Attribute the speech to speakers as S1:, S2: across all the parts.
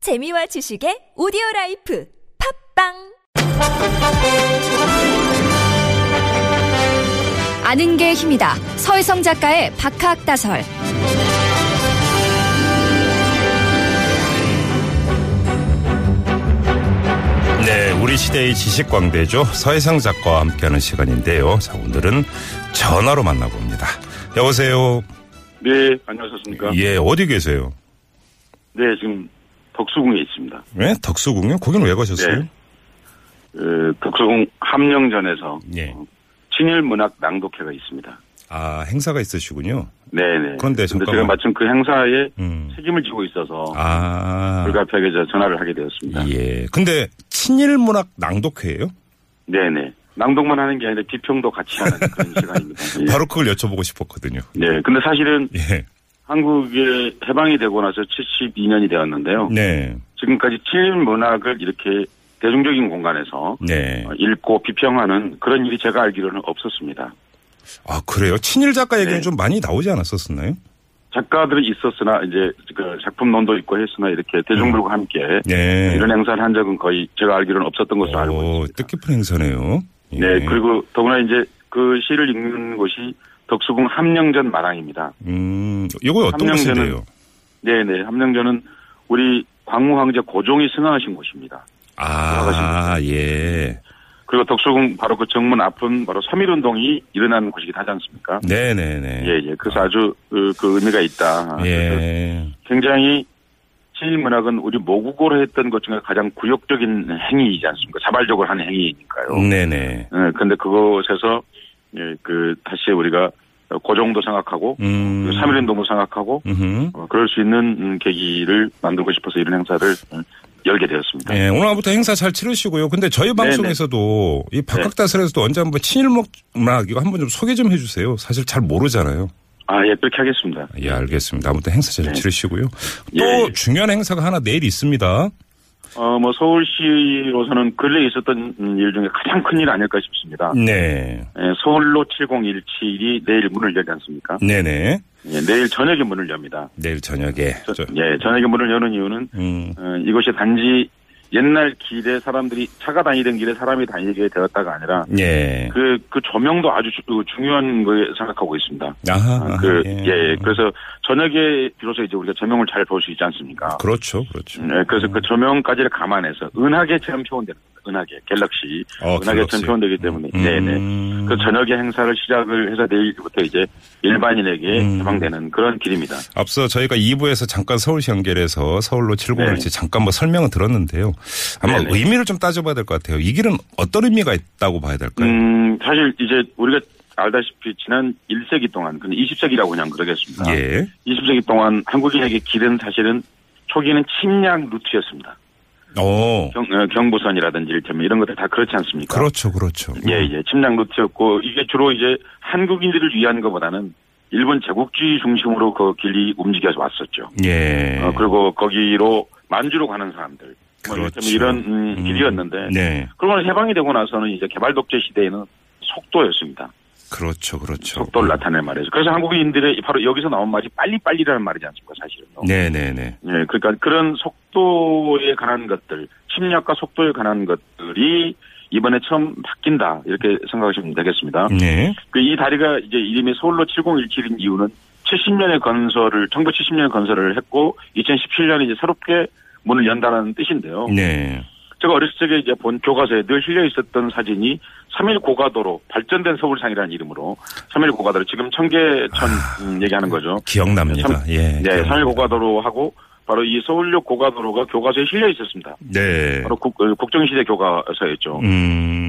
S1: 재미와 지식의 오디오 라이프 팝빵
S2: 아는 게 힘이다. 서희성 작가의 박학다설.
S3: 네, 우리 시대의 지식 광대죠. 서해상 작가와 함께하는 시간인데요. 자, 오늘은 전화로 만나봅니다. 여보세요.
S4: 네, 안녕하셨습니까?
S3: 예, 어디 계세요?
S4: 네, 지금 덕수궁에 있습니다.
S3: 예, 덕수궁요? 거기는 왜 가셨어요?
S4: 네. 그 덕수궁 함령전에서
S3: 예.
S4: 어, 친일 문학 낭독회가 있습니다.
S3: 아, 행사가 있으시군요.
S4: 네, 네.
S3: 그런데
S4: 근데
S3: 잠깐만.
S4: 제가 마침 그 행사에
S3: 음.
S4: 책임을 지고 있어서
S3: 아,
S4: 불가피하게 저 전화를 하게 되었습니다.
S3: 예. 근데 친일 문학 낭독회예요?
S4: 네, 네. 낭독만 하는 게 아니라 비평도 같이 하는 그런 시간입니다. 예.
S3: 바로 그걸 여쭤보고 싶었거든요.
S4: 네, 근데 사실은
S3: 예.
S4: 한국에 해방이 되고 나서 72년이 되었는데요.
S3: 네.
S4: 지금까지 친일 문학을 이렇게 대중적인 공간에서
S3: 네.
S4: 어, 읽고 비평하는 그런 일이 제가 알기로는 없었습니다.
S3: 아, 그래요? 친일 작가 얘기는
S4: 네.
S3: 좀 많이 나오지 않았었나요?
S4: 작가들이 있었으나 이제 그 작품론도 있고 했으나 이렇게 대중들과 함께
S3: 네.
S4: 이런 행사를 한 적은 거의 제가 알기로는 없었던 것으로 알고
S3: 오,
S4: 있습니다.
S3: 뜻깊은 행사네요. 예.
S4: 네 그리고 더구나 이제 그 시를 읽는 곳이 덕수궁 함령전 마당입니다.
S3: 음, 요거 어떤
S4: 함양전은-
S3: 곳인데요?
S4: 네네 함령전은 우리 광무 황제 고종이 승하하신 곳입니다.
S3: 아, 예.
S4: 그리고 덕수궁 바로 그 정문 앞은 바로 3.1 운동이 일어난 곳이기도 하지 않습니까?
S3: 네네네.
S4: 예예 그래서 아주 그, 그 의미가 있다. 그래서
S3: 예.
S4: 굉장히 친일 문학은 우리 모국어로 했던 것 중에 가장 굴욕적인 행위이지 않습니까? 자발적으로 하는 행위니까요.
S3: 네네.
S4: 예, 근데 그것에서 예, 그 다시 우리가 고정도 생각하고
S3: 음.
S4: 3.1운동도 생각하고
S3: 음흠.
S4: 어, 그럴 수 있는 음, 계기를 만들고 싶어서 이런 행사를 음, 열게 되었습니다.
S3: 예, 오늘부터 행사 잘 치르시고요. 근데 저희 방송에서도 이
S4: 네.
S3: 박학다설에서도 언제 한번 친일목 문학 이거 한번 좀 소개 좀 해주세요. 사실 잘 모르잖아요.
S4: 아, 예, 그렇게 하겠습니다.
S3: 예, 알겠습니다. 아무튼 행사 잘
S4: 네.
S3: 치르시고요.
S4: 예,
S3: 또
S4: 예.
S3: 중요한 행사가 하나 내일 있습니다.
S4: 어, 뭐 서울시로서는 근래에 있었던 음, 일 중에 가장 큰 일 아닐까 싶습니다.
S3: 네.
S4: 예, 서울로 70177이 내일 문을 열지 않습니까?
S3: 네네.
S4: 예, 내일 저녁에 문을 엽니다.
S3: 내일 저녁에.
S4: 저-
S3: 저-
S4: 예, 저녁에 문을 여는 이유는
S3: 음.
S4: 어, 이것이 단지 옛날 길에 사람들이 차가 다니던 길에 사람이 다니게 되었다가 아니라
S3: 예.
S4: 그 그 조명도 아주 주- 그 중요한 거에 생각하고 있습니다.
S3: 아하.
S4: 아, 그,
S3: 아하,
S4: 예. 예. 그래서 저녁에 비로소 이제 우리가 조명을 잘 볼 수 있지 않습니까?
S3: 그렇죠. 그렇죠.
S4: 예, 그래서 그 조명까지를 감안해서 은하계처럼 표현되는 겁니다. 은하계, 갤럭시,
S3: 어,
S4: 은하계처럼
S3: 갤럭시.
S4: 표현되기 때문에 네네.
S3: 음.
S4: 그 저녁에 행사를 시작을 해서 내일부터 이제 일반인에게
S3: 음.
S4: 개방되는 그런 길입니다.
S3: 앞서 저희가 2부에서 잠깐 서울시 연결해서 서울로 701지 잠깐 뭐 설명을 들었는데요. 아마
S4: 네. 네네.
S3: 의미를 좀 따져봐야 될 것 같아요. 이 길은 어떤 의미가 있다고 봐야 될까요?
S4: 음, 사실 이제 우리가 알다시피 지난 1세기 동안, 근데 20세기라고 그냥 그러겠습니다.
S3: 예.
S4: 20세기 동안 한국인에게 길은 사실은 초기에는 침략 루트였습니다.
S3: 어.
S4: 경, 어, 경부선이라든지 이를테면 이런 것들 다 그렇지 않습니까?
S3: 그렇죠, 그렇죠.
S4: 예, 예. 침략 루트였고 이게 주로 이제 한국인들을 위한 것보다는 일본 제국주의 중심으로 그 길이 움직여서 왔었죠.
S3: 예.
S4: 어, 그리고 거기로 만주로 가는 사람들. 뭐
S3: 그렇죠.
S4: 이를테면 이런 음,
S3: 음.
S4: 길이었는데
S3: 네.
S4: 그러고 나서 해방이 되고 나서는 이제 개발 독재 시대에는 속도였습니다.
S3: 그렇죠, 그렇죠.
S4: 속도를 나타낼 말이죠. 그래서 한국인들의 바로 여기서 나온 말이 빨리빨리라는 말이지 않습니까, 사실은요.
S3: 네네네.
S4: 예, 그러니까 그런 속도에 관한 것들, 침략과 속도에 관한 것들이 이번에 처음 바뀐다. 이렇게 생각하시면 되겠습니다.
S3: 네.
S4: 그이 다리가 이제 이름이 서울로 7017인 이유는 70년의 건설을, 1970년에 건설을 했고, 2017년에 이제 새롭게 문을 연다라는 뜻인데요.
S3: 네.
S4: 제가 어렸을 적에 이제 본 교과서에 늘 실려 있었던 사진이 3일 고가도로, 발전된 서울상이라는 이름으로, 3일 고가도로, 지금 청계천
S3: 아,
S4: 음, 얘기하는 거죠.
S3: 기억납니다.
S4: 삼-
S3: 예.
S4: 네,
S3: 기억납니다.
S4: 3일 고가도로 하고 바로 이 서울역 고가도로가 교과서에 실려 있었습니다.
S3: 네.
S4: 바로 국, 어, 국정시대 교과서였죠.
S3: 음.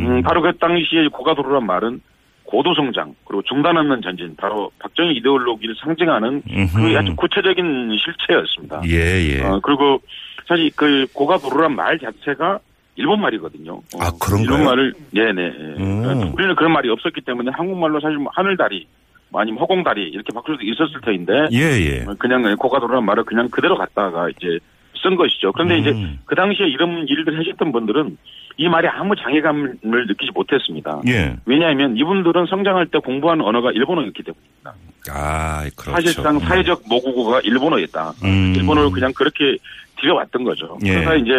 S4: 음, 바로 그 당시에 고가도로란 말은 고도성장 그리고 중단 없는 전진 바로 박정희 이데올로기를 상징하는 그 아주 구체적인 실체였습니다.
S3: 예, 음. 예.
S4: 어, 그리고 사실 그 고가도로란 말 자체가 일본 말이거든요. 어,
S3: 아, 그런가요?
S4: 일본 말을 네네. 그러니까
S3: 음.
S4: 우리는 그런 말이 없었기 때문에 한국말로 사실 뭐 하늘다리 뭐 아니면 허공다리 이렇게 바꿀 수도 있었을 터인데
S3: 예, 예.
S4: 그냥 고가도로란 말을 그냥 그대로 갔다가 이제 쓴 것이죠. 그런데 이제
S3: 음.
S4: 그 당시에 이런 일들을 하셨던 분들은 이 말이 아무 장애감을 느끼지 못했습니다.
S3: 예.
S4: 왜냐하면 이분들은 성장할 때 공부한 언어가 일본어였기 때문입니다.
S3: 아, 그렇죠.
S4: 사실상 사회적 모국어가 일본어였다.
S3: 음.
S4: 일본어를 그냥 그렇게 들여왔던 거죠.
S3: 예.
S4: 그러다 이제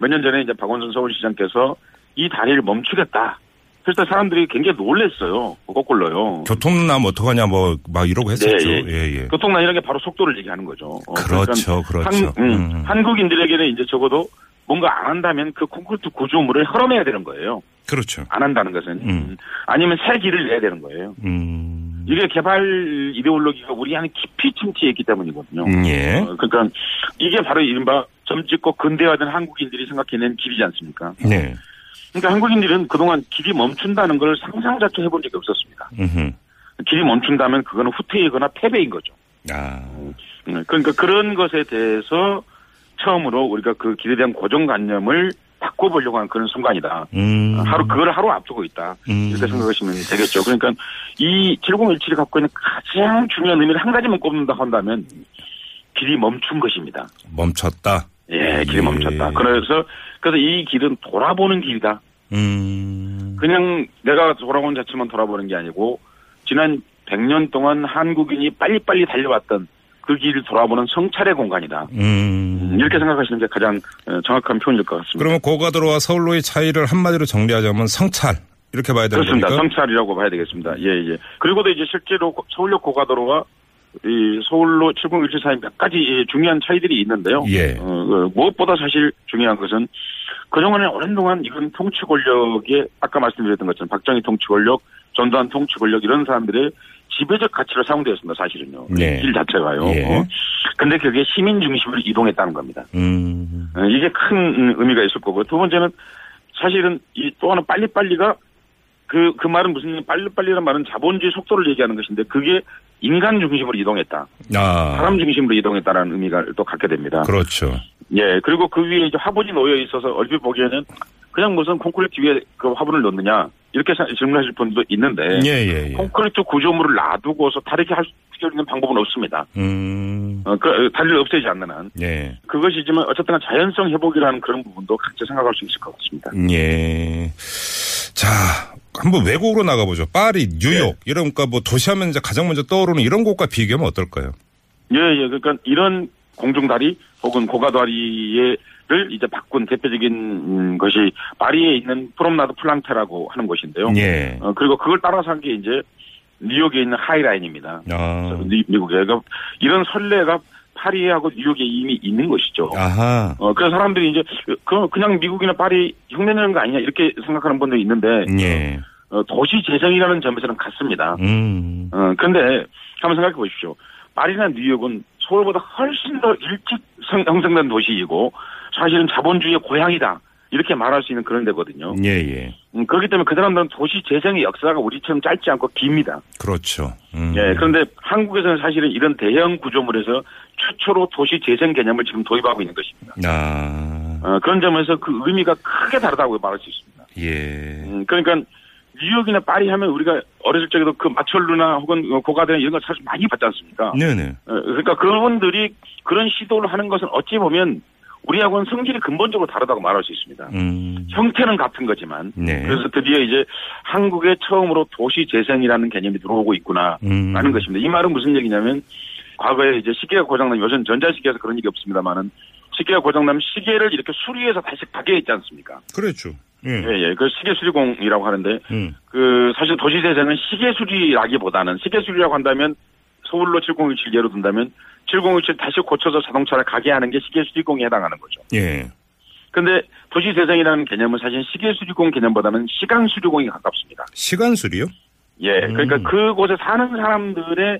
S4: 몇 년 전에 이제 박원순 서울시장께서 이 다리를 멈추겠다. 그래서 사람들이 굉장히 놀랬어요. 거꾸로요.
S3: 교통남 어떡하냐 뭐 막 이러고 했었죠.
S4: 네,
S3: 예, 예.
S4: 교통난이라는 게 바로 속도를 얘기하는 거죠. 어,
S3: 그렇죠,
S4: 그러니까
S3: 그렇죠.
S4: 한, 음,
S3: 음.
S4: 한국인들에게는 이제 적어도 뭔가 안 한다면 그 콘크리트 구조물을 헐어내야 되는 거예요.
S3: 그렇죠.
S4: 안 한다는 것은.
S3: 음.
S4: 아니면 새 길을 내야 되는 거예요.
S3: 음.
S4: 이게 개발 이데올로기가 우리 안에 깊이 침투해 있기 때문이거든요.
S3: 음, 예.
S4: 어, 그러니까 이게 바로 이른바 점찍고 근대화된 한국인들이 생각해낸 길이지 않습니까?
S3: 네.
S4: 그러니까 한국인들은 그동안 길이 멈춘다는 걸 상상 자체 해본 적이 없었습니다.
S3: 음흠.
S4: 길이 멈춘다면 그거는 후퇴이거나 패배인 거죠.
S3: 아.
S4: 음, 그러니까 그런 것에 대해서 처음으로 우리가 그 길에 대한 고정관념을 바꿔보려고 하는 그런 순간이다.
S3: 음.
S4: 하루 그걸 하루 앞두고 있다.
S3: 음.
S4: 이렇게 생각하시면 되겠죠. 그러니까 이 7017이 갖고 있는 가장 중요한 의미를 한 가지만 꼽는다 한다면 길이 멈춘 것입니다.
S3: 멈췄다.
S4: 예, 길이
S3: 예.
S4: 멈췄다. 그래서 그래서 이 길은 돌아보는 길이다.
S3: 음.
S4: 그냥 내가 돌아온 자체만 돌아보는 게 아니고 지난 100년 동안 한국인이 빨리빨리 달려왔던 그 길을 돌아보는 성찰의 공간이다.
S3: 음.
S4: 음, 이렇게 생각하시는 게 가장 어, 정확한 표현일 것 같습니다.
S3: 그러면 고가도로와 서울로의 차이를 한마디로 정리하자면 성찰 이렇게 봐야 되는
S4: 그렇습니다.
S3: 겁니까?
S4: 성찰이라고 봐야 되겠습니다. 예, 예. 그리고도 이제 실제로 고- 서울역 고가도로와 이 서울로 7017 사이 몇 가지 이 중요한 차이들이 있는데요.
S3: 예.
S4: 어, 어, 무엇보다 사실 중요한 것은 그동안에 오랜 동안 이런 통치 권력에 아까 말씀드렸던 것처럼 박정희 통치 권력, 전두환 통치 권력 이런 사람들의 지배적 가치로 사용되었습니다. 사실은요.
S3: 네.
S4: 길 자체가요.
S3: 예.
S4: 어. 근데 그게 시민 중심으로 이동했다는 겁니다.
S3: 음.
S4: 어, 이게 큰 음, 의미가 있을 거고 두 번째는 사실은 이 또 하나 빨리빨리가 그 그 말은 무슨 빨리빨리란 말은 자본주의 속도를 얘기하는 것인데 그게 인간 중심으로 이동했다
S3: 아.
S4: 사람 중심으로 이동했다라는 의미가 또 갖게 됩니다.
S3: 그렇죠.
S4: 예 그리고 그 위에 이제 화분이 놓여 있어서 얼핏 보기에는 그냥 무슨 콘크리트 위에 그 화분을 넣느냐 이렇게 사- 질문하실 분도 있는데
S3: 예, 예, 예.
S4: 콘크리트 구조물을 놔두고서 다르게 할 수 있는 방법은 없습니다.
S3: 음.
S4: 어, 그 다리를 없애지 않는 한
S3: 예.
S4: 그것이지만 어쨌든 자연성 회복이라는 그런 부분도 각자 생각할 수 있을 것 같습니다.
S3: 예. 자, 한번 외국으로 나가보죠. 파리, 뉴욕
S4: 네.
S3: 이런 국가 뭐 도시하면 이제 가장 먼저 떠오르는 이런 곳과 비교하면 어떨까요?
S4: 예, 예. 그러니까 이런 공중다리 혹은 고가다리를 이제 바꾼 대표적인 음, 것이 파리에 있는 프롬나드 플랑테라고 하는 곳인데요.
S3: 예.
S4: 어, 그리고 그걸 따라서 한 게 이제 뉴욕에 있는 하이라인입니다.
S3: 아.
S4: 미- 미국에. 그러니까 이런 선례가 파리하고 뉴욕에 이미 있는 것이죠.
S3: 아하.
S4: 어, 그래서 사람들이 이제 그, 그냥 미국이나 파리 흉내내는 거 아니냐 이렇게 생각하는 분도 있는데
S3: 예.
S4: 어, 도시 재생이라는 점에서는 같습니다.
S3: 음.
S4: 어, 그런데 한번 생각해 보십시오. 파리나 뉴욕은 서울보다 훨씬 더 일찍 성- 형성된 도시이고 사실은 자본주의의 고향이다. 이렇게 말할 수 있는 그런 데거든요.
S3: 예, 예.
S4: 음, 그렇기 때문에 그 사람들은 도시 재생의 역사가 우리처럼 짧지 않고 깁니다.
S3: 그렇죠. 음.
S4: 예, 그런데 한국에서는 사실은 이런 대형 구조물에서 최초로 도시 재생 개념을 지금 도입하고 있는 것입니다.
S3: 아.
S4: 어, 그런 점에서 그 의미가 크게 다르다고 말할 수 있습니다.
S3: 예.
S4: 음, 그러니까 뉴욕이나 파리 하면 우리가 어렸을 적에도 그 마철루나 혹은 어, 고가든 이런 걸 사실 많이 봤지 않습니까?
S3: 네, 네.
S4: 어, 그러니까 그분들이 그런 시도를 하는 것은 어찌 보면 우리하고는 성질이 근본적으로 다르다고 말할 수 있습니다.
S3: 음.
S4: 형태는 같은 거지만
S3: 네.
S4: 그래서 드디어 이제 한국에 처음으로 도시 재생이라는 개념이 들어오고 있구나라는
S3: 음.
S4: 것입니다. 이 말은 무슨 얘기냐면 과거에 이제 시계가 고장나면 요즘 전자시계에서 그런 일이 없습니다만은 시계가 고장나면 시계를 이렇게 수리해서 다시 가게에 있지 않습니까?
S3: 그렇죠. 예.
S4: 예, 예. 그 시계 수리공이라고 하는데
S3: 음.
S4: 그 사실 도시 재생은 시계 수리라기보다는 시계 수리라고 한다면 서울로 7017 예로 든다면 7017 다시 고쳐서 자동차를 가게 하는 게 시계 수리공에 해당하는 거죠.
S3: 예.
S4: 근데 도시 재생이라는 개념은 사실 시계 수리공 개념보다는 시간 수리공이 가깝습니다.
S3: 시간 수리요?
S4: 예. 그러니까
S3: 음.
S4: 그곳에 사는 사람들의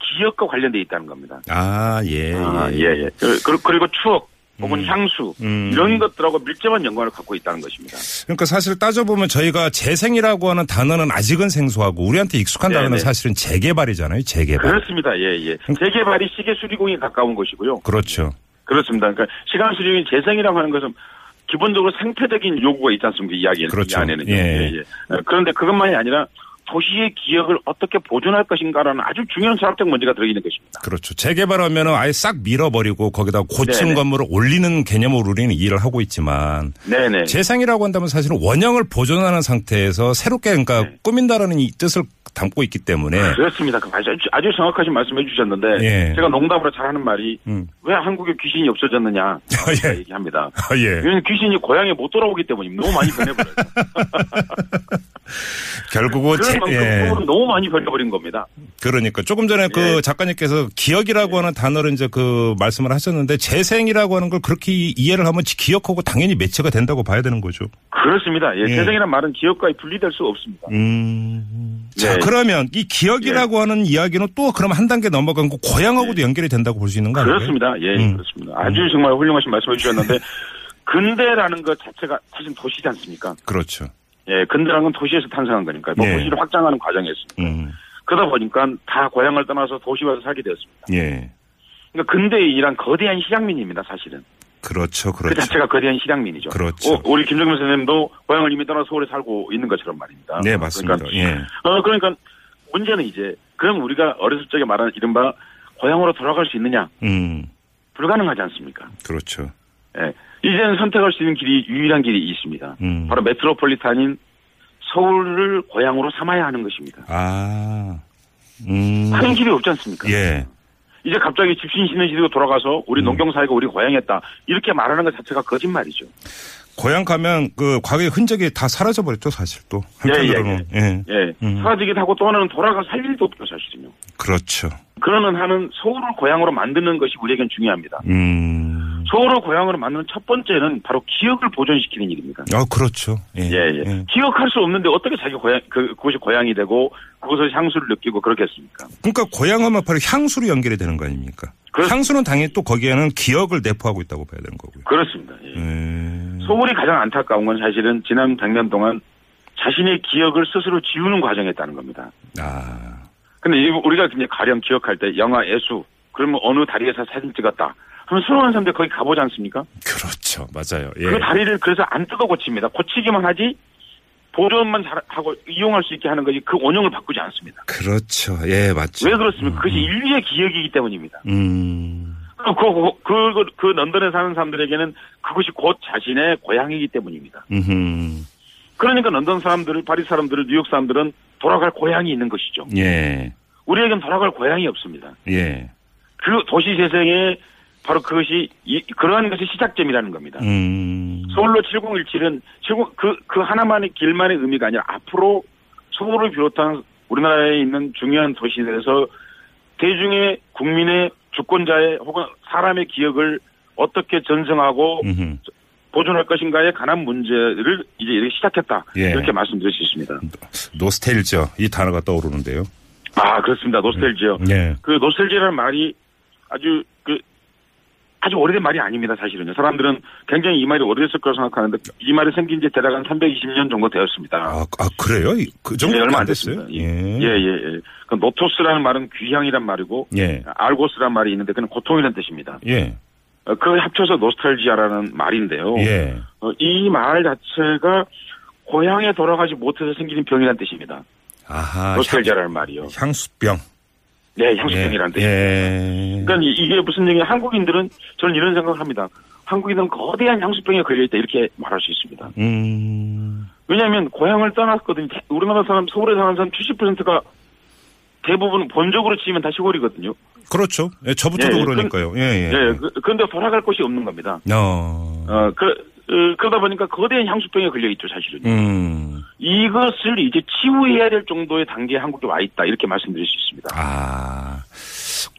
S4: 기억과 관련돼 있다는 겁니다.
S3: 아, 예.
S4: 아, 예, 예. 그- 그- 그리고 추억 혹은
S3: 음.
S4: 향수
S3: 음.
S4: 이런 것들하고 밀접한 연관을 갖고 있다는 것입니다.
S3: 그러니까 사실 따져보면 저희가 재생이라고 하는 단어는 아직은 생소하고 우리한테 익숙한
S4: 네네.
S3: 단어는 사실은 재개발이잖아요. 재개발.
S4: 그렇습니다. 예, 예.
S3: 음.
S4: 재개발이 시계 수리공에 가까운 것이고요.
S3: 그렇죠.
S4: 그렇습니다. 그러니까 시간 수준인 재생이라고 하는 것은 기본적으로 생태적인 요구가 있지 않습니까? 이 이야기는
S3: 그렇죠.
S4: 이 안에는
S3: 예.
S4: 예, 예. 어, 그런데 그것만이 아니라 도시의 기억을 어떻게 보존할 것인가라는 아주 중요한 사업적 문제가 들어있는 것입니다.
S3: 그렇죠. 재개발하면 아예 싹 밀어버리고 거기다 고층
S4: 네네.
S3: 건물을 올리는 개념으로 우리는 일을 하고 있지만
S4: 네네.
S3: 재생이라고 한다면 사실은 원형을 보존하는 상태에서 새롭게 그러니까
S4: 네.
S3: 꾸민다라는 이 뜻을 담고 있기 때문에
S4: 그렇습니다. 그 아주, 아주 정확하신 말씀해 주셨는데
S3: 예.
S4: 제가 농담으로 잘하는 말이
S3: 음.
S4: 왜 한국에 귀신이 없어졌느냐
S3: 예.
S4: 네, 얘기합니다.
S3: 아, 예.
S4: 왜냐면 귀신이 고향에 못 돌아오기 때문입니다. 너무 많이 변해버려요.
S3: 결국은
S4: 그럴 만큼
S3: 재- 예.
S4: 꿈을 너무 많이 변해버린 겁니다.
S3: 그러니까 조금 전에 그
S4: 예.
S3: 작가님께서 기억이라고 하는 단어를 이제 그 말씀을 하셨는데 재생이라고 하는 걸 그렇게 이- 이해를 하면 지- 기억하고 당연히 매체가 된다고 봐야 되는 거죠.
S4: 그렇습니다. 예,
S3: 예.
S4: 재생이란 말은 기업과의 분리될 수가 없습니다.
S3: 음. 자
S4: 네. 예.
S3: 그러면 이 기억이라고 하는 이야기는 또 그럼 한 단계 넘어간 거 고향하고도 연결이 된다고 볼 수 있는 거 아니에요?
S4: 네. 그렇습니다. 예,
S3: 음.
S4: 그렇습니다. 아주 정말 훌륭하신 말씀해 주셨는데 근대라는 것 자체가 사실 도시지 않습니까?
S3: 그렇죠.
S4: 예, 근대라는 건 도시에서 탄생한 거니까 뭐
S3: 예.
S4: 도시를 확장하는 과정이었습니다.
S3: 음.
S4: 그러다 보니까 다 고향을 떠나서 도시와서 살게 되었습니다.
S3: 예.
S4: 그러니까 근대의 이란 거대한 실향민입니다, 사실은.
S3: 그렇죠.
S4: 그
S3: 그렇죠.
S4: 자체가 거대한 실향민이죠.
S3: 그렇죠.
S4: 어, 우리 김정민 선생님도 고향을 이미 떠나 서울에 살고 있는 것처럼 말입니다.
S3: 네 맞습니다.
S4: 그러니까,
S3: 예.
S4: 어, 그러니까 문제는 이제 그럼 우리가 어렸을 적에 말하는 이른바 고향으로 돌아갈 수 있느냐
S3: 음.
S4: 불가능하지 않습니까?
S3: 그렇죠.
S4: 예. 이제는 선택할 수 있는 길이 유일한 길이 있습니다.
S3: 음.
S4: 바로 메트로폴리탄인 서울을 고향으로 삼아야 하는 것입니다.
S3: 아. 음.
S4: 다른 길이 없지 않습니까?
S3: 예. 음.
S4: 이제 갑자기 집신 시는 시대로 돌아가서 우리 농경사회가 우리 고향이었다 이렇게 말하는 것 자체가 거짓말이죠.
S3: 고향 가면 그 과거의 흔적이 다 사라져 버렸죠 사실 또 한편으로는 예,
S4: 예,
S3: 음.
S4: 사라지기도 하고 또 하나는 돌아가 살 일도 없죠 사실은요.
S3: 그렇죠.
S4: 그러는 하는 서울을 고향으로 만드는 것이 우리에겐 중요합니다.
S3: 음.
S4: 서울을 고향으로 만드는 첫 번째는 바로 기억을 보존시키는 일입니다.
S3: 아 그렇죠. 예.
S4: 예, 예. 기억할 수 없는데 어떻게 자기 고향, 그, 그곳이 고향이 되고 그곳에서 향수를 느끼고 그렇겠습니까?
S3: 그러니까 고향하면 바로 향수로 연결이 되는 거 아닙니까?
S4: 그렇-
S3: 향수는 당연히 또 거기에는 기억을 내포하고 있다고 봐야 되는 거고요.
S4: 그렇습니다. 예.
S3: 예.
S4: 서울이 가장 안타까운 건 사실은 지난 100년 동안 자신의 기억을 스스로 지우는 과정이었다는 겁니다.
S3: 아.
S4: 근데 이- 우리가 그냥 가령 기억할 때 영화 예수, 그러면 어느 다리에서 사진 찍었다. 하면 수많은 사람들이 거기 가보지 않습니까?
S3: 그렇죠. 맞아요. 예.
S4: 그 다리를 그래서 안 뜯어 고칩니다. 고치기만 하지 보존만 잘 하고 이용할 수 있게 하는 거지 그 원형을 바꾸지 않습니다.
S3: 그렇죠. 예, 맞죠.
S4: 왜 그렇습니까? 그것이 인류의 기억이기 때문입니다.
S3: 음.
S4: 그, 그, 그, 그, 그 런던에 사는 사람들에게는 그것이 곧 자신의 고향이기 때문입니다.
S3: 음.
S4: 그러니까 런던 사람들, 파리 사람들, 뉴욕 사람들은 돌아갈 고향이 있는 것이죠.
S3: 예.
S4: 우리에겐 돌아갈 고향이 없습니다.
S3: 예.
S4: 그 도시 재생에 바로 그것이 이- 그러한 것이 시작점이라는 겁니다.
S3: 음.
S4: 서울로 7017은 70, 그, 그 하나만의 길만의 의미가 아니라 앞으로 서울을 비롯한 우리나라에 있는 중요한 도시들에서 대중의 국민의 주권자의 혹은 사람의 기억을 어떻게 전승하고
S3: 음흠.
S4: 보존할 것인가에 관한 문제를 이제 이렇게 시작했다
S3: 예. 음.
S4: 이렇게 말씀드릴 수 있습니다.
S3: 노스텔지어 이 단어가 떠오르는데요.
S4: 아 그렇습니다. 노스텔지요.
S3: 예.
S4: 그 노스텔지라는 말이 아주 그 아주 오래된 말이 아닙니다. 사실은요. 사람들은 굉장히 이 말이 오래됐을 거라 생각하는데 이 말이 생긴 지 대략 한 320년 정도 되었습니다.
S3: 아, 아 그래요? 이- 그 정도
S4: 예, 얼마
S3: 안
S4: 안
S3: 됐어요?
S4: 됐습니다. 예,
S3: 음.
S4: 예, 예. 그 노토스라는 말은 귀향이란 말이고
S3: 예.
S4: 알고스란 말이 있는데 그는 고통이라는 뜻입니다.
S3: 예.
S4: 어, 그 합쳐서 노스텔지아라는 말인데요. 어,
S3: 예.
S4: 이 말 자체가 고향에 돌아가지 못해서 생기는 병이라는 뜻입니다.
S3: 아하.
S4: 노스텔지아라는 말이요.
S3: 향, 향수병.
S4: 네, 향수병이라는 뜻.
S3: 예.
S4: 그러니까 이- 이게 무슨 얘기 한국인들은 저는 이런 생각을 합니다. 한국인은 거대한 향수병에 걸려있다 이렇게 말할 수 있습니다.
S3: 음.
S4: 왜냐하면 고향을 떠났거든요. 대- 우리나라 사람 서울에 사는 사람 70%가 대부분 본적으로 치면 다 시골이거든요.
S3: 그렇죠. 예, 저부터도
S4: 예, 예.
S3: 그러니까요. 예, 예.
S4: 예, 그- 그런데 돌아갈 곳이 없는 겁니다.
S3: 어.
S4: 어, 그, 어, 그러다 보니까 거대한 향수병에 걸려있죠, 사실은.
S3: 음.
S4: 이것을 이제 치유해야 될 정도의 단계에 한국에 와 있다, 이렇게 말씀드릴 수 있습니다.
S3: 아.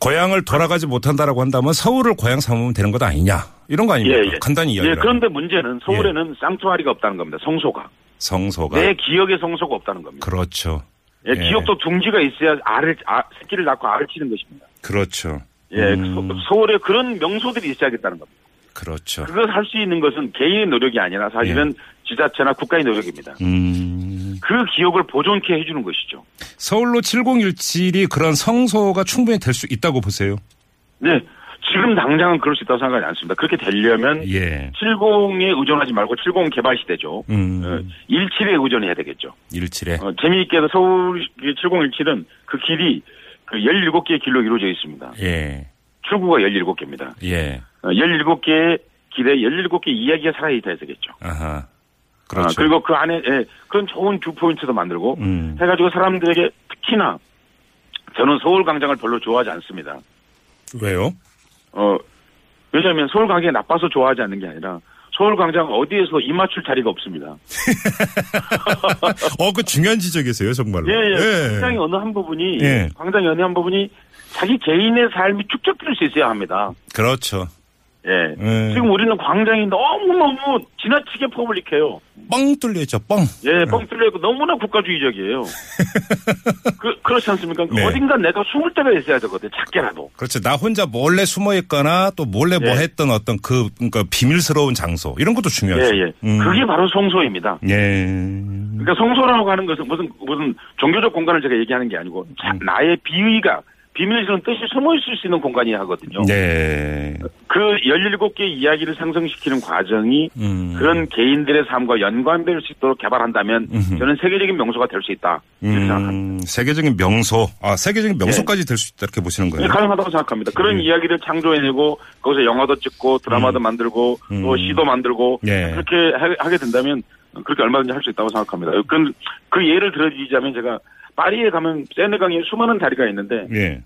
S3: 고향을 돌아가지 못한다라고 한다면 서울을 고향 삼으면 되는 것 아니냐. 이런 거 아닙니까? 간단히 예. 이야기.
S4: 예, 그런데 문제는 서울에는 쌍투아리가 없다는 겁니다, 성소가.
S3: 성소가.
S4: 내 기억의 성소가 없다는 겁니다.
S3: 그렇죠.
S4: 예,
S3: 예.
S4: 기억도 둥지가 있어야 알을, 아, 새끼를 낳고 알을 치는 것입니다.
S3: 그렇죠.
S4: 예,
S3: 음,
S4: 서, 서울에 그런 명소들이 있어야겠다는 겁니다.
S3: 그렇죠.
S4: 그걸 할 수 있는 것은 개인의 노력이 아니라 사실은
S3: 예.
S4: 지자체나 국가의 노력입니다.
S3: 음.
S4: 그 기억을 보존케 해주는 것이죠.
S3: 서울로 7017이 그런 성소가 충분히 될 수 있다고 보세요.
S4: 네. 지금 당장은 그럴 수 있다고 생각하지 않습니다. 그렇게 되려면
S3: 예.
S4: 70에 의존하지 말고 70 개발 시대죠.
S3: 음.
S4: 어, 17에 의존해야 되겠죠.
S3: 일칠에.
S4: 어, 재미있게도 서울 7017은 그 길이 그 17개의 길로 이루어져 있습니다.
S3: 예.
S4: 출구가 17개입니다.
S3: 예.
S4: 어, 17개의 길에 17개 이야기가 살아있다 되겠죠.
S3: 아하.
S4: 아,
S3: 그렇죠.
S4: 그리고 그 안에 예, 그런 좋은 뷰포인트도 만들고
S3: 음.
S4: 해가지고 사람들에게 특히나 저는 서울 광장을 별로 좋아하지 않습니다.
S3: 왜요?
S4: 어, 왜냐하면 서울 광장이 나빠서 좋아하지 않는 게 아니라 서울 광장 어디에서 이맞출 자리가 없습니다.
S3: 어, 그 중요한 지적이세요, 정말로.
S4: 예, 예. 광장의 어느 한 부분이
S3: 예.
S4: 광장의 어느 한 부분이 자기 개인의 삶이 축적될 수 있어야 합니다.
S3: 그렇죠.
S4: 예.
S3: 예.
S4: 지금 우리는 광장이 너무너무 지나치게 퍼블릭해요.
S3: 뻥 뚫려 있죠, 뻥.
S4: 예, 뻥 뚫려있고 너무나 국가주의적이에요. 그, 그렇지 않습니까?
S3: 네.
S4: 어딘가 내가 숨을 데가 있어야 되거든, 작게라도.
S3: 그렇죠. 나 혼자 몰래 숨어 있거나 또 몰래 뭐
S4: 예.
S3: 했던 어떤 그 그러니까 비밀스러운 장소 이런 것도
S4: 예,
S3: 중요하죠.
S4: 예.
S3: 음.
S4: 그게 바로 성소입니다.
S3: 예.
S4: 그러니까 성소라고 하는 것은 무슨, 무슨 종교적 공간을 제가 얘기하는 게 아니고, 자-
S3: 음.
S4: 나의 비의가, 비밀스러운 뜻이 숨어 있을 수 있는 공간이 하거든요.
S3: 네.
S4: 그 17개의 이야기를 상승시키는 과정이
S3: 음.
S4: 그런 개인들의 삶과 연관될 수 있도록 개발한다면
S3: 음흠.
S4: 저는 세계적인 명소가 될 수 있다. 이렇게 생각합니다.
S3: 음, 세계적인 명소. 아, 세계적인 명소까지 될 수 있다 이렇게 보시는
S4: 예,
S3: 거예요.
S4: 가능하다고 생각합니다. 그런
S3: 네.
S4: 이야기를 창조해내고 거기서 영화도 찍고 드라마도 만들고 또
S3: 음.
S4: 시도 만들고
S3: 예.
S4: 그렇게 하, 게 된다면 그렇게 얼마든지 할 수 있다고 생각합니다. 그, 그 예를 들어드리자면 제가 파리에 가면 세느강에 수많은 다리가 있는데
S3: 예.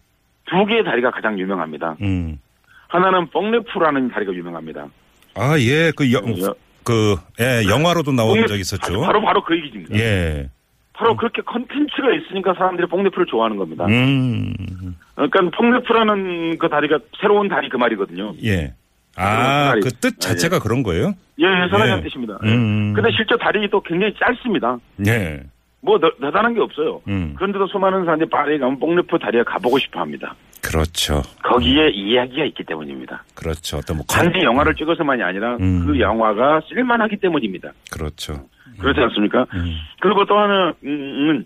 S4: 두 개의 다리가 가장 유명합니다.
S3: 음.
S4: 하나는 뽕레프라는 다리가 유명합니다.
S3: 아, 예. 그 영,
S4: 예.
S3: 그, 예, 영화로도 나온
S4: 뽕레-
S3: 적 있었죠.
S4: 바로 바로 그 얘기입니다.
S3: 예.
S4: 바로 그렇게 컨텐츠가 있으니까 사람들이 뽕레프를 좋아하는 겁니다.
S3: 음.
S4: 그러니까 뽕레프라는 그 다리가 새로운 다리 그 말이거든요.
S3: 예. 아,
S4: 다리.
S3: 그 뜻 자체가 그런 거예요?
S4: 예, 예, 사랑이라는
S3: 예.
S4: 뜻입니다.
S3: 음.
S4: 근데 실제 다리 도 굉장히 짧습니다.
S3: 예.
S4: 뭐 너- 대단한 게 없어요.
S3: 음.
S4: 그런데도 수많은 사람들이 파리에 가면 뽕레프 다리에 가보고 싶어 합니다.
S3: 그렇죠.
S4: 거기에 이야기가 있기 때문입니다.
S3: 그렇죠. 어떤 뭐
S4: 단지 영화를 찍어서만이 아니라
S3: 음.
S4: 그 영화가 쓸만하기 때문입니다.
S3: 그렇죠.
S4: 그렇지 않습니까? 그리고 또 하나는 음,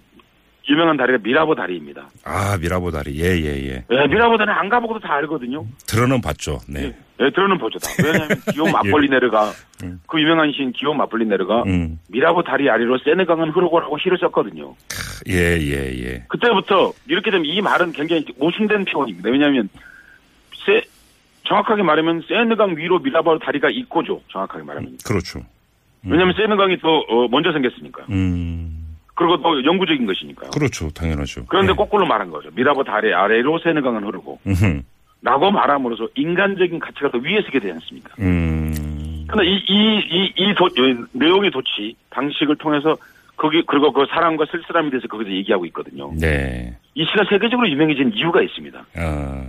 S4: 유명한 다리가 미라보 다리입니다.
S3: 아, 미라보 다리. 예, 예, 예.
S4: 예, 미라보 다리는 안 가보고도 다 알거든요.
S3: 들어는 봤죠. 네.
S4: 예, 들어는 보죠 다. 왜냐하면 기욤 마폴리 네르가 그 유명한 시인 기욤 마폴리 네르가
S3: 예. 음.
S4: 미라보 다리 아래로 세네강은 흐르고 라고 시를 썼거든요.
S3: 예, 예, 예.
S4: 그때부터 이렇게 되면 이 말은 굉장히 모순된 표현입니다. 왜냐하면 세- 정확하게 말하면 세느강 위로 미라바로 다리가 있고죠. 정확하게 말하면.
S3: 그렇죠.
S4: 왜냐하면 세느강이 더 어, 먼저 생겼으니까.
S3: 음.
S4: 그리고 또 영구적인 것이니까.
S3: 그렇죠. 당연하죠.
S4: 그런데
S3: 예.
S4: 거꾸로 말한 거죠. 미라보 다리 아래로 세느강은 흐르고.
S3: 음흠.
S4: 라고 말함으로써 인간적인 가치가 더 위에 서게 되지 않습니까?
S3: 음.
S4: 근데 이, 이, 이, 이 도, 이 내용의 도치, 방식을 통해서 거기, 그리고 그 사랑과 쓸쓸함에 대해서 거기서 얘기하고 있거든요.
S3: 네.
S4: 이 시가 세계적으로 유명해진 이유가 있습니다.
S3: 아.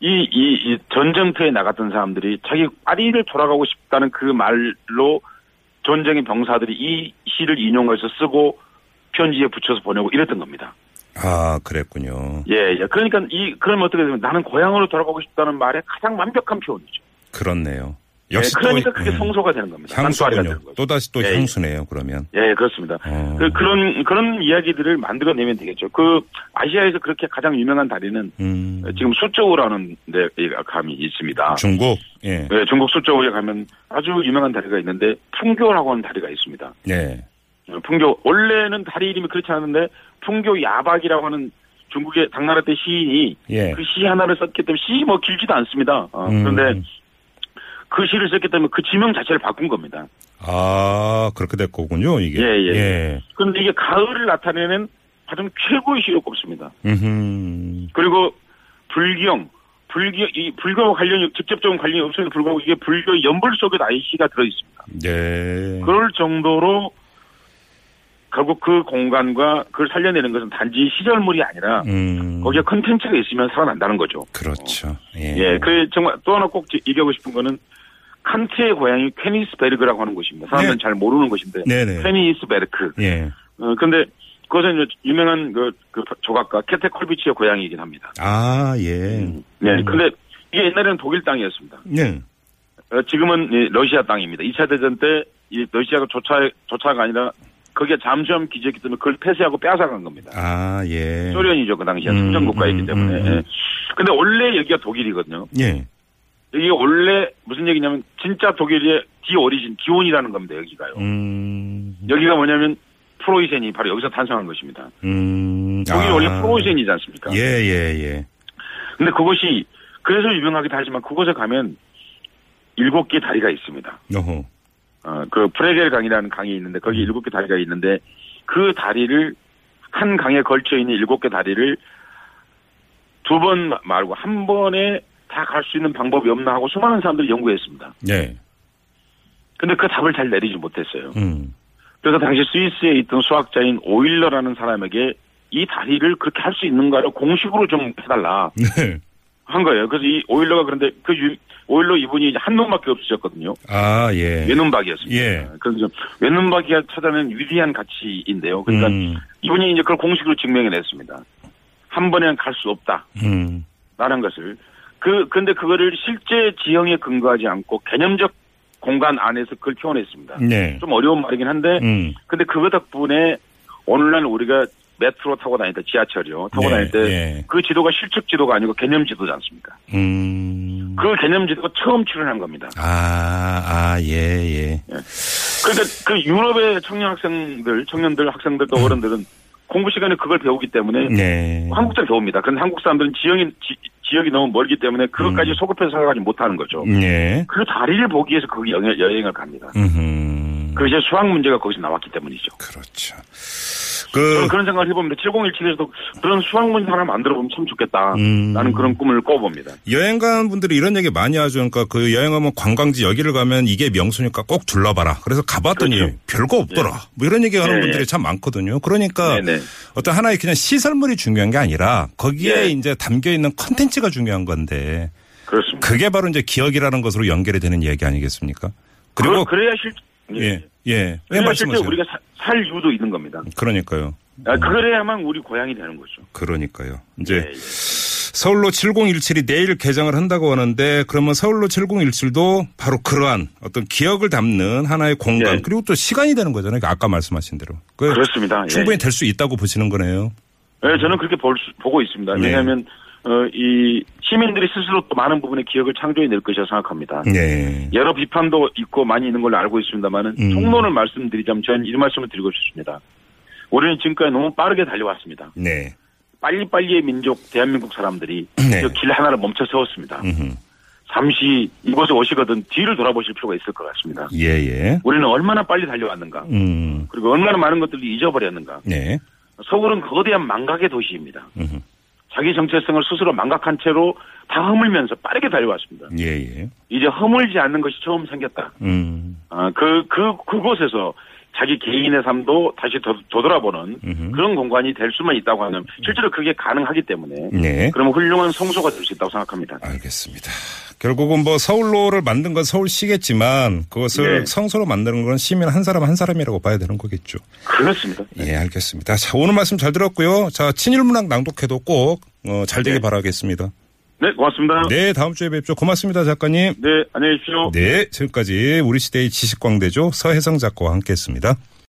S4: 이, 이, 이 전쟁터에 나갔던 사람들이 자기 파리를 돌아가고 싶다는 그 말로 전쟁의 병사들이 이 시를 인용해서 쓰고 편지에 붙여서 보내고 이랬던 겁니다.
S3: 아, 그랬군요.
S4: 예, 예. 그러니까 이, 그럼 어떻게 되면 나는 고향으로 돌아가고 싶다는 말의 가장 완벽한 표현이죠.
S3: 그렇네요.
S4: 예,
S3: 역시
S4: 그러니까
S3: 또,
S4: 그게
S3: 음.
S4: 성소가 되는 겁니다. 난투아리가 되는
S3: 향수군요.
S4: 거죠.
S3: 또 다시 또
S4: 예, 예.
S3: 향수네요. 그러면.
S4: 예, 그렇습니다.
S3: 어.
S4: 그, 그런, 그런 이야기들을 만들어내면 되겠죠. 그, 아시아에서 그렇게 가장 유명한 다리는
S3: 음.
S4: 지금 수저우라는 데 감이 있습니다.
S3: 중국. 예.
S4: 예, 중국 수저우에 가면 아주 유명한 다리가 있는데 풍교라고 하는 다리가 있습니다.
S3: 예.
S4: 어, 풍교 원래는 다리 이름이 그렇지 않은데 풍교 야박이라고 하는 중국의 당나라 때 시인이
S3: 예.
S4: 그 시 하나를 썼기 때문에 시 뭐 길지도 않습니다. 어,
S3: 음.
S4: 그런데 그 시를 썼기 때문에 그 지명 자체를 바꾼 겁니다.
S3: 아, 그렇게 될 거군요, 이게.
S4: 예, 예.
S3: 예.
S4: 그런데 이게 가을을 나타내는 가장 최고의 시로 꼽습니다.
S3: 음흠.
S4: 그리고 불경, 불경, 이 불교와 관련이, 직접적인 관련이 없음에도 불구하고 이게 불교 의 연불 속에 나의 시가 들어있습니다.
S3: 예.
S4: 그럴 정도로 결국 그 공간과 그걸 살려내는 것은 단지 시절물이 아니라
S3: 음.
S4: 거기에 컨텐츠가 있으면 살아난다는 거죠.
S3: 그렇죠. 예.
S4: 예, 그 정말 또 하나 꼭 지- 얘기하고 싶은 거는 칸트의 고향이 케니스베르크라고 하는 곳입니다. 사람들은
S3: 네.
S4: 잘 모르는 곳인데
S3: 네네.
S4: 케니스베르크.
S3: 예.
S4: 어, 근데 그것은 이제 유명한 그, 그 조각가 케테 콜비치의 고향이긴 합니다.
S3: 아, 예.
S4: 네, 근데 이게 옛날에는 독일 땅이었습니다.
S3: 예.
S4: 어, 지금은 이 러시아 땅입니다. 2차 대전 때 이 러시아가 조차 조차가 아니라 거기에 잠수함 기지였기 때문에 그걸 폐쇄하고 빼앗아간 겁니다.
S3: 아, 예.
S4: 소련이죠 그 당시에
S3: 음,
S4: 선전 국가이기
S3: 음,
S4: 때문에.
S3: 음,
S4: 예. 근데 원래 여기가 독일이거든요.
S3: 예.
S4: 이게 원래 무슨 얘기냐면 진짜 독일의 디오리진 기원이라는 겁니다. 여기가요.
S3: 음,
S4: 여기가 뭐냐면 프로이센이 바로 여기서 탄생한 것입니다.
S3: 음.
S4: 독일 이
S3: 아.
S4: 원래 프로이센이지 않습니까?
S3: 예, 예, 예.
S4: 근데 그것이 그래서 유명하기도 하지만 그곳에 가면 일곱 개 다리가 있습니다.
S3: 어허.
S4: 어, 그 프레겔 강이라는 강이 있는데 거기 일곱 개 다리가 있는데 그 다리를 한 강에 걸쳐 있는 일곱 개 다리를 두 번 말고 한 번에 다 갈 수 있는 방법이 없나 하고 수많은 사람들이 연구했습니다.
S3: 예.
S4: 근데 그 답을 잘 내리지 못했어요.
S3: 음.
S4: 그래서 당시 스위스에 있던 수학자인 오일러라는 사람에게 이 다리를 그렇게 할 수 있는가를 공식으로 좀 해달라
S3: 네.
S4: 한 거예요. 그래서 이 오일러가 그런데 그 유- 오일러 이분이 이제 한 놈밖에 없으셨거든요.
S3: 아, 예.
S4: 외눈박이였습니다.
S3: 예.
S4: 그래서 외눈박이가 찾아낸 위대한 가치인데요. 그러니까
S3: 음.
S4: 이분이 이제 그걸 공식으로 증명해냈습니다. 한 번에는 갈 수 없다라는
S3: 음.
S4: 것을. 그 근데 그거를 실제 지형에 근거하지 않고 개념적 공간 안에서 그걸 표현했습니다.
S3: 네.
S4: 좀 어려운 말이긴 한데
S3: 음.
S4: 근데 그거 덕분에 오늘날 우리가 메트로 타고 다니다 지하철이요 타고
S3: 네,
S4: 다닐 때 그
S3: 네.
S4: 지도가 실측 지도가 아니고 개념 지도지 않습니까?
S3: 음.
S4: 그 개념 지도가 처음 출현한 겁니다.
S3: 아, 아, 예, 예.
S4: 그러니까 그 유럽의 청년 학생들, 청년들, 학생들도
S3: 음.
S4: 어른들은 공부 시간에 그걸 배우기 때문에
S3: 네.
S4: 한국도 배웁니다. 근데 한국 사람들은 지형이 지, 지역이 너무 멀기 때문에
S3: 음.
S4: 그것까지 소급해서 생각하지 못하는 거죠.
S3: 네.
S4: 그 다리를 보기 위해서 그 여행, 여행을 갑니다.
S3: 음.
S4: 그 이제 수학 문제가 거기서 나왔기 때문이죠.
S3: 그렇죠.
S4: 저는
S3: 그,
S4: 그런 생각을 해봅니다. 7017에서도 그런 수학 문제 하나 만들어보면 참 좋겠다.
S3: 음.
S4: 라는 그런 꿈을 꿔봅니다.
S3: 여행 간 분들이 이런 얘기 많이 하죠. 그러니까 그 여행 가면 관광지 여기를 가면 이게 명소니까 꼭 둘러봐라. 그래서 가봤더니
S4: 그렇죠.
S3: 별거 없더라. 뭐 이런 얘기 하는
S4: 예,
S3: 분들이
S4: 예.
S3: 참 많거든요. 그러니까
S4: 네네.
S3: 어떤 하나의 그냥 시설물이 중요한 게 아니라 거기에
S4: 예.
S3: 이제 담겨 있는 컨텐츠가 중요한 건데
S4: 그렇습니다.
S3: 그게 바로 이제 기억이라는 것으로 연결이 되는 얘기 아니겠습니까? 그리고
S4: 그, 래야 실, 예.
S3: 예, 예. 예,
S4: 그래야 실제
S3: 말씀하세요. 음.
S4: 우리가 사- 살 이유도 있는 겁니다.
S3: 그러니까요.
S4: 아, 그래야만 우리 고향이 되는 거죠.
S3: 그러니까요. 이제
S4: 예, 예.
S3: 서울로 7017이 내일 개장을 한다고 하는데 그러면 서울로 7017도 바로 그러한 어떤 기억을 담는 하나의 공간
S4: 네.
S3: 그리고 또 시간이 되는 거잖아요. 아까 말씀하신 대로. 그
S4: 그렇습니다. 예.
S3: 충분히 될 수 있다고 보시는 거네요.
S4: 예, 저는 그렇게 볼 수- 보고 있습니다.
S3: 네.
S4: 왜냐하면 어, 이 시민들이 스스로 또 많은 부분의 기억을 창조해낼 것이라 생각합니다.
S3: 네.
S4: 여러 비판도 있고 많이 있는 걸로 알고 있습니다만은
S3: 음.
S4: 총론을 말씀드리자면 저는 이런 말씀을 드리고 싶습니다. 우리는 지금까지 너무 빠르게 달려왔습니다.
S3: 네.
S4: 빨리빨리의 민족 대한민국 사람들이
S3: 네.
S4: 그길 하나를 멈춰 세웠습니다.
S3: 음흠.
S4: 잠시 이곳에 오시거든 뒤를 돌아보실 필요가 있을 것 같습니다.
S3: 예, 예.
S4: 우리는 얼마나 빨리 달려왔는가
S3: 음.
S4: 그리고 얼마나 많은 것들을 잊어버렸는가
S3: 네.
S4: 서울은 거대한 망각의 도시입니다.
S3: 음흠.
S4: 자기 정체성을 스스로 망각한 채로 다 허물면서 빠르게 달려왔습니다.
S3: 예, 예.
S4: 이제 허물지 않는 것이 처음 생겼다.
S3: 음.
S4: 아, 그, 그, 그곳에서 자기 개인의 삶도 다시 더, 되돌아보는
S3: 음흠. 음.
S4: 그런 공간이 될 수만 있다고 하면 실제로 그게 가능하기 때문에
S3: 네. 아,
S4: 그러면 훌륭한 성소가 될 수 있다고 생각합니다.
S3: 알겠습니다. 결국은 뭐 서울로를 만든 건 서울시겠지만 그것을
S4: 네.
S3: 성소로 만드는 건 시민 한 사람 한 사람이라고 봐야 되는 거겠죠.
S4: 그렇습니다.
S3: 예, 알겠습니다. 자, 오늘 말씀 잘 들었고요. 자, 친일문학 낭독회도 꼭, 어, 잘 되길
S4: 네.
S3: 바라겠습니다.
S4: 네, 고맙습니다. 네,
S3: 네, 다음 주에 뵙죠. 고맙습니다, 작가님.
S4: 안녕히 계십시오.
S3: 네, 지금까지 우리 시대의 지식광대죠. 서혜성 작가와 함께 했습니다.